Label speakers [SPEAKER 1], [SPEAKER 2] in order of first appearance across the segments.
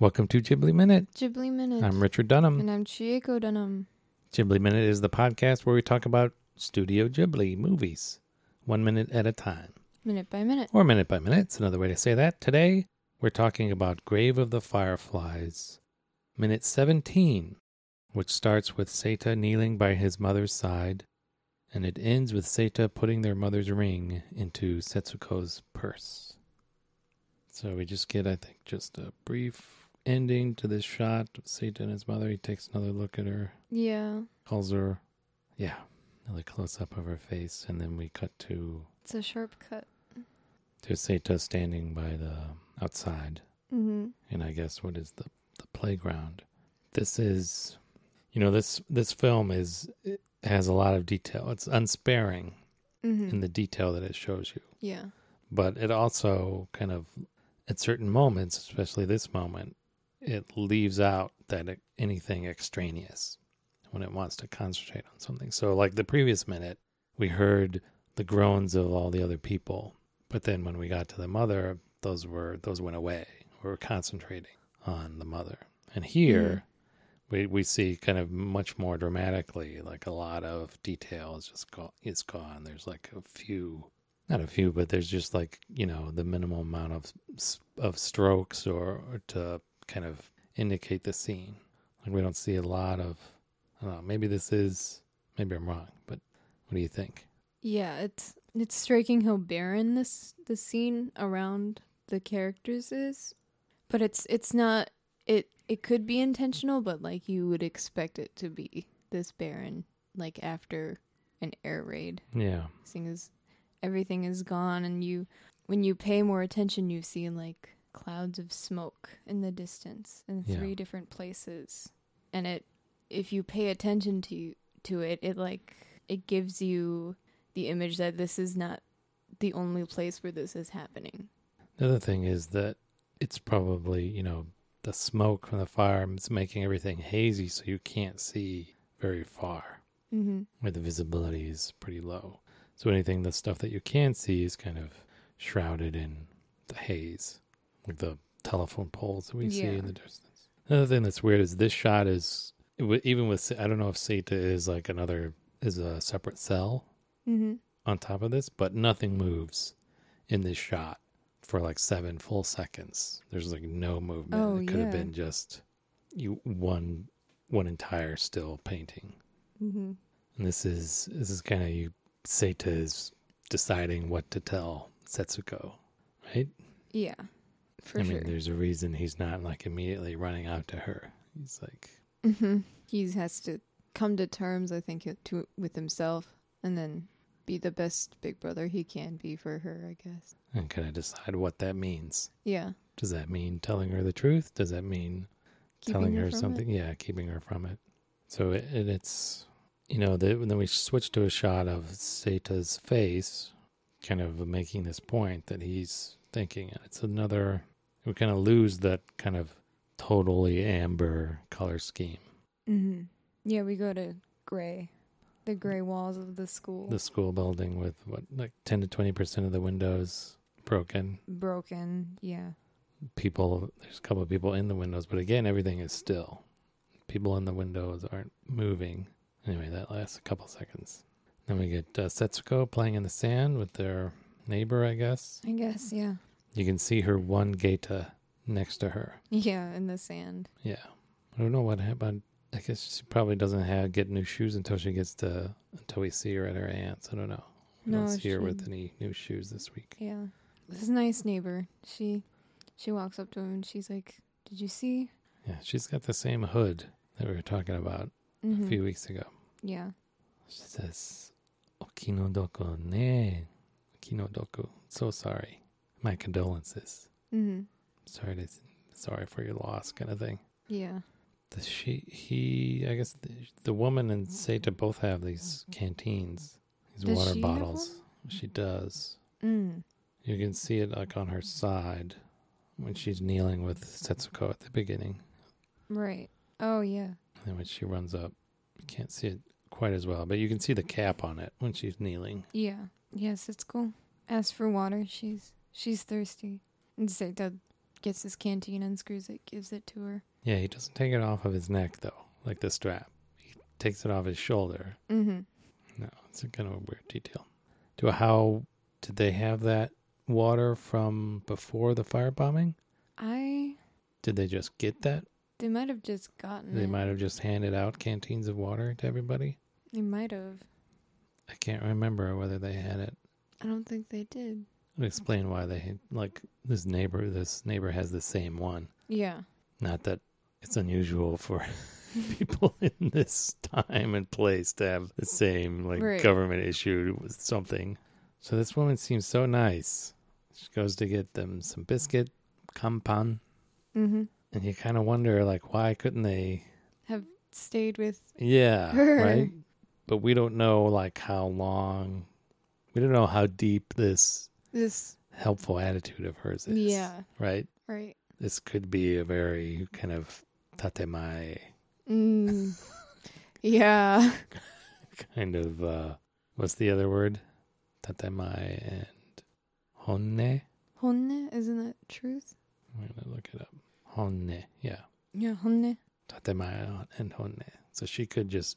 [SPEAKER 1] Welcome to Ghibli Minute.
[SPEAKER 2] Ghibli Minute.
[SPEAKER 1] I'm Richard Dunham.
[SPEAKER 2] And I'm Chieko Dunham.
[SPEAKER 1] Ghibli Minute is the podcast where we talk about Studio Ghibli movies, one minute at a time,
[SPEAKER 2] Minute by minute.
[SPEAKER 1] or minute by minute. It's another way to say that. Today, we're talking about Grave of the Fireflies, minute 17, which starts with Seta kneeling by his mother's side, and it ends with Seta putting their mother's ring into Setsuko's purse. So we just get, I think, just a brief ending to this shot of Seta and his mother. He takes another look at her
[SPEAKER 2] Yeah.
[SPEAKER 1] calls her, yeah, another close up of her face, and then we cut to
[SPEAKER 2] It's a sharp cut.
[SPEAKER 1] to Seta standing by the outside,
[SPEAKER 2] Mm-hmm.
[SPEAKER 1] and I guess what is the the playground. This is, you know, this this film is it has a lot of detail. It's unsparing
[SPEAKER 2] Mm-hmm.
[SPEAKER 1] in the detail that it shows you,
[SPEAKER 2] yeah.
[SPEAKER 1] but it also kind of at certain moments, especially this moment, it leaves out that it, anything extraneous when it wants to concentrate on something. So, like the previous minute, we heard the groans of all the other people, but then when we got to the mother, those were those went away. We were concentrating on the mother, and here we we see kind of much more dramatically, like a lot of detail is just go- is gone. There's like a few. Not a few, but there's just like you know the minimal amount of s- of strokes or, or to kind of indicate the scene. Like we don't see a lot of I don't know, maybe this is maybe I'm wrong, but what do you think?
[SPEAKER 2] Yeah, it's it's striking how barren this the scene around the characters is. But it's it's not it it could be intentional, but like you would expect it to be this barren, like after an air raid.
[SPEAKER 1] Yeah.
[SPEAKER 2] Thing is everything is gone and you when you pay more attention you see like clouds of smoke in the distance in
[SPEAKER 1] Yeah.
[SPEAKER 2] three different places and it if you pay attention to to it it like it gives you the image that this is not the only place where this is happening
[SPEAKER 1] The other thing is that it's probably, you know, the smoke from the fire is making everything hazy so you can't see very far
[SPEAKER 2] mm-hmm.
[SPEAKER 1] where the visibility is pretty low. So anything the stuff that you can see is kind of shrouded in the haze. Like the telephone poles that we see
[SPEAKER 2] Yeah.
[SPEAKER 1] in the distance. Another thing that's weird is this shot is w- even with Se- I don't know if Seta is like another is a separate cell
[SPEAKER 2] Mm-hmm.
[SPEAKER 1] on top of this, but nothing moves in this shot for like seven full seconds. There's like no movement.
[SPEAKER 2] Oh,
[SPEAKER 1] it could have
[SPEAKER 2] yeah.
[SPEAKER 1] been just you one one entire still painting.
[SPEAKER 2] Mm-hmm.
[SPEAKER 1] And this is this is kind of you Seta is deciding what to tell Setsuko, right?
[SPEAKER 2] yeah for
[SPEAKER 1] I
[SPEAKER 2] sure
[SPEAKER 1] mean, there's a reason he's not like immediately running out to her. He's like,
[SPEAKER 2] hmm He has to come to terms, I think, to with himself, and then be the best big brother he can be for her. I guess.
[SPEAKER 1] and kind of decide what that means.
[SPEAKER 2] Yeah.
[SPEAKER 1] Does that mean telling her the truth? Does that mean
[SPEAKER 2] keeping
[SPEAKER 1] telling her,
[SPEAKER 2] from it.
[SPEAKER 1] something. Yeah, keeping her from it. So it, it, it's, you know, the, then we switch to a shot of Seta's face, kind of making this point that he's thinking. And It's another, we kind of lose that kind of totally amber color scheme.
[SPEAKER 2] hmm Yeah, we go to gray, the gray walls of the school
[SPEAKER 1] The school building with what, like 10 to 20% of the windows broken.
[SPEAKER 2] broken. Yeah.
[SPEAKER 1] People, there's a couple of people in the windows, but again, everything is still. People in the windows aren't moving. Anyway, that lasts a couple seconds. Then we get uh, Setsuko playing in the sand with their neighbor, I guess.
[SPEAKER 2] I guess. Yeah.
[SPEAKER 1] You can see her one geta next to her.
[SPEAKER 2] Yeah, in the sand.
[SPEAKER 1] Yeah. I don't know what happened. I guess she probably doesn't have get new shoes until she gets to until we see her at her aunt's. I don't know. We
[SPEAKER 2] No,
[SPEAKER 1] don't see her with
[SPEAKER 2] she-
[SPEAKER 1] any new shoes this week.
[SPEAKER 2] Yeah. This nice neighbor. She, she walks up to him and she's like, "Did you see?"
[SPEAKER 1] Yeah, she's got the same hood that we were talking about
[SPEAKER 2] Mhm.
[SPEAKER 1] a few weeks ago.
[SPEAKER 2] Yeah.
[SPEAKER 1] She says, Okinodoku ne. Okinodoku. So sorry. My condolences.
[SPEAKER 2] hmm
[SPEAKER 1] sorry to, sorry for your loss kind of thing
[SPEAKER 2] Yeah.
[SPEAKER 1] the she he i guess the, the woman and Seta both have these canteens these
[SPEAKER 2] Does
[SPEAKER 1] water
[SPEAKER 2] she have
[SPEAKER 1] bottles
[SPEAKER 2] one?
[SPEAKER 1] she does
[SPEAKER 2] Mm.
[SPEAKER 1] you can see it like on her side when she's kneeling with setsuko at the beginning
[SPEAKER 2] Right. Oh yeah.
[SPEAKER 1] and then when she runs up you can't see it quite as well but you can see the cap on it when she's kneeling
[SPEAKER 2] Yeah. Yes, it's cool. As for water, she's she's thirsty. And Seta gets his canteen, unscrews it, gives it to her.
[SPEAKER 1] Yeah, he doesn't take it off of his neck though, like the strap. He takes it off his shoulder.
[SPEAKER 2] Mm-hmm.
[SPEAKER 1] No, it's a kind of a weird detail. Do how did they have that water from before the firebombing?
[SPEAKER 2] I
[SPEAKER 1] Did they just get that?
[SPEAKER 2] they might have just gotten
[SPEAKER 1] They
[SPEAKER 2] it.
[SPEAKER 1] might have just handed out canteens of water to everybody.
[SPEAKER 2] They might have.
[SPEAKER 1] I can't remember whether they had it.
[SPEAKER 2] I don't think they did.
[SPEAKER 1] I'll explain why they had, like this neighbor. This neighbor has the same one.
[SPEAKER 2] Yeah.
[SPEAKER 1] Not that it's unusual for people in this time and place to have the same like
[SPEAKER 2] Right.
[SPEAKER 1] government issued with something. So this woman seems so nice. She goes to get them some biscuit, kampan,
[SPEAKER 2] Mm-hmm.
[SPEAKER 1] and you kind of wonder like why couldn't they?
[SPEAKER 2] Stayed with
[SPEAKER 1] Yeah,
[SPEAKER 2] Her.
[SPEAKER 1] right. But we don't know like how long. We don't know how deep this
[SPEAKER 2] this.
[SPEAKER 1] helpful attitude of hers is.
[SPEAKER 2] Yeah.
[SPEAKER 1] Right.
[SPEAKER 2] Right.
[SPEAKER 1] This could be a very kind of tatemae
[SPEAKER 2] Mm. yeah.
[SPEAKER 1] kind of uh what's the other word tatemai and honne i'm
[SPEAKER 2] Honne, isn't that truth?
[SPEAKER 1] gonna look it up honne yeah
[SPEAKER 2] Yeah, honne.
[SPEAKER 1] tatemai and honne so she could just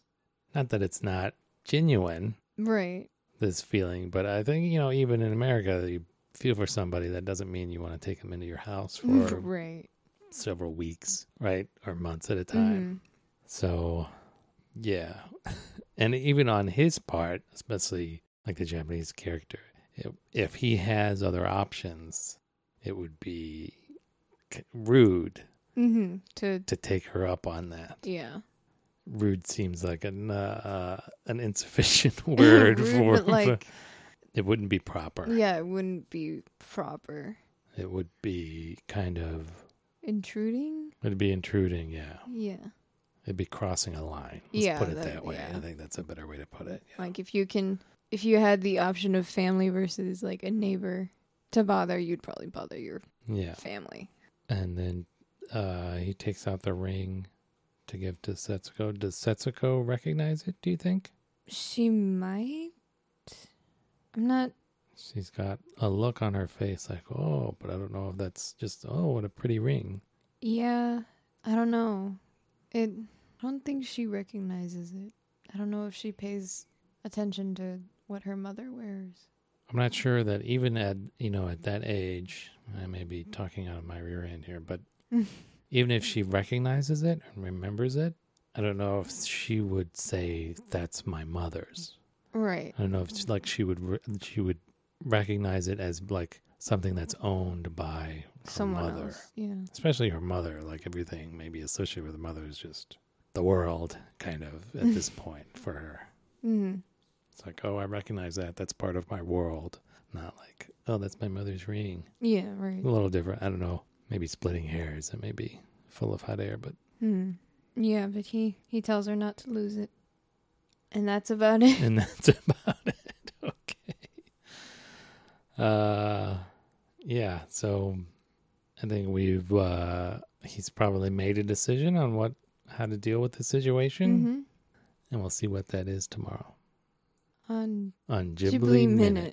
[SPEAKER 1] not that it's not genuine
[SPEAKER 2] Right.
[SPEAKER 1] this feeling but i think you know even in america you feel for somebody that doesn't mean you want to take them into your house for
[SPEAKER 2] right.
[SPEAKER 1] several weeks right or months at a time So, yeah. and even on his part, especially like the Japanese character, if if he has other options, it would be k- rude
[SPEAKER 2] Mm-hmm. mm-hmm. To
[SPEAKER 1] to take her up on that.
[SPEAKER 2] yeah.
[SPEAKER 1] Rude seems like an uh, uh, an insufficient word
[SPEAKER 2] Rude,
[SPEAKER 1] for
[SPEAKER 2] but like
[SPEAKER 1] it wouldn't be proper.
[SPEAKER 2] yeah, it wouldn't be proper.
[SPEAKER 1] It would be kind of
[SPEAKER 2] Intruding.
[SPEAKER 1] it'd be intruding, Oh, yeah.
[SPEAKER 2] Yeah.
[SPEAKER 1] It'd be crossing a line. Let's
[SPEAKER 2] Yeah,
[SPEAKER 1] put it
[SPEAKER 2] that-
[SPEAKER 1] that, way.
[SPEAKER 2] yeah.
[SPEAKER 1] I think that's a better way to put it.
[SPEAKER 2] Like if you can, if you had the option of family versus like a neighbor to bother, you'd probably bother your
[SPEAKER 1] Yeah.
[SPEAKER 2] family.
[SPEAKER 1] And then uh, he takes out the ring to give to Setsuko. Does Setsuko recognize it, do you think?
[SPEAKER 2] She might. I'm not.
[SPEAKER 1] She's got a look on her face like, oh, but I don't know if that's just, oh, what a pretty ring.
[SPEAKER 2] Yeah. I don't know. It. I don't think she recognizes it. I don't know if she pays attention to what her mother wears.
[SPEAKER 1] I'm not sure that even at, you know, at that age, I may be talking out of my rear end here, but even if she recognizes it and remembers it, I don't know if she would say, that's my mother's.
[SPEAKER 2] Right.
[SPEAKER 1] I don't know if it's like she would re- she would recognize it as like something that's owned by her
[SPEAKER 2] Someone
[SPEAKER 1] mother,
[SPEAKER 2] else. Yeah.
[SPEAKER 1] especially her mother. Like everything maybe associated with her mother is just the world, kind of at this point for her.
[SPEAKER 2] Mm-hmm.
[SPEAKER 1] It's like, oh, I recognize that. That's part of my world. Not like, oh, that's my mother's ring.
[SPEAKER 2] Yeah. Right.
[SPEAKER 1] A little different. I don't know. Maybe splitting hairs. It may be full of hot air, but
[SPEAKER 2] Hmm. Yeah, but he he tells her not to lose it, and that's about it.
[SPEAKER 1] and that's about it. Okay. Uh, yeah. So, I think we've uh, he's probably made a decision on what how to deal with the situation,
[SPEAKER 2] hmm
[SPEAKER 1] and we'll see what that is tomorrow
[SPEAKER 2] On
[SPEAKER 1] on Ghibli,
[SPEAKER 2] Ghibli,
[SPEAKER 1] Minute.
[SPEAKER 2] minute.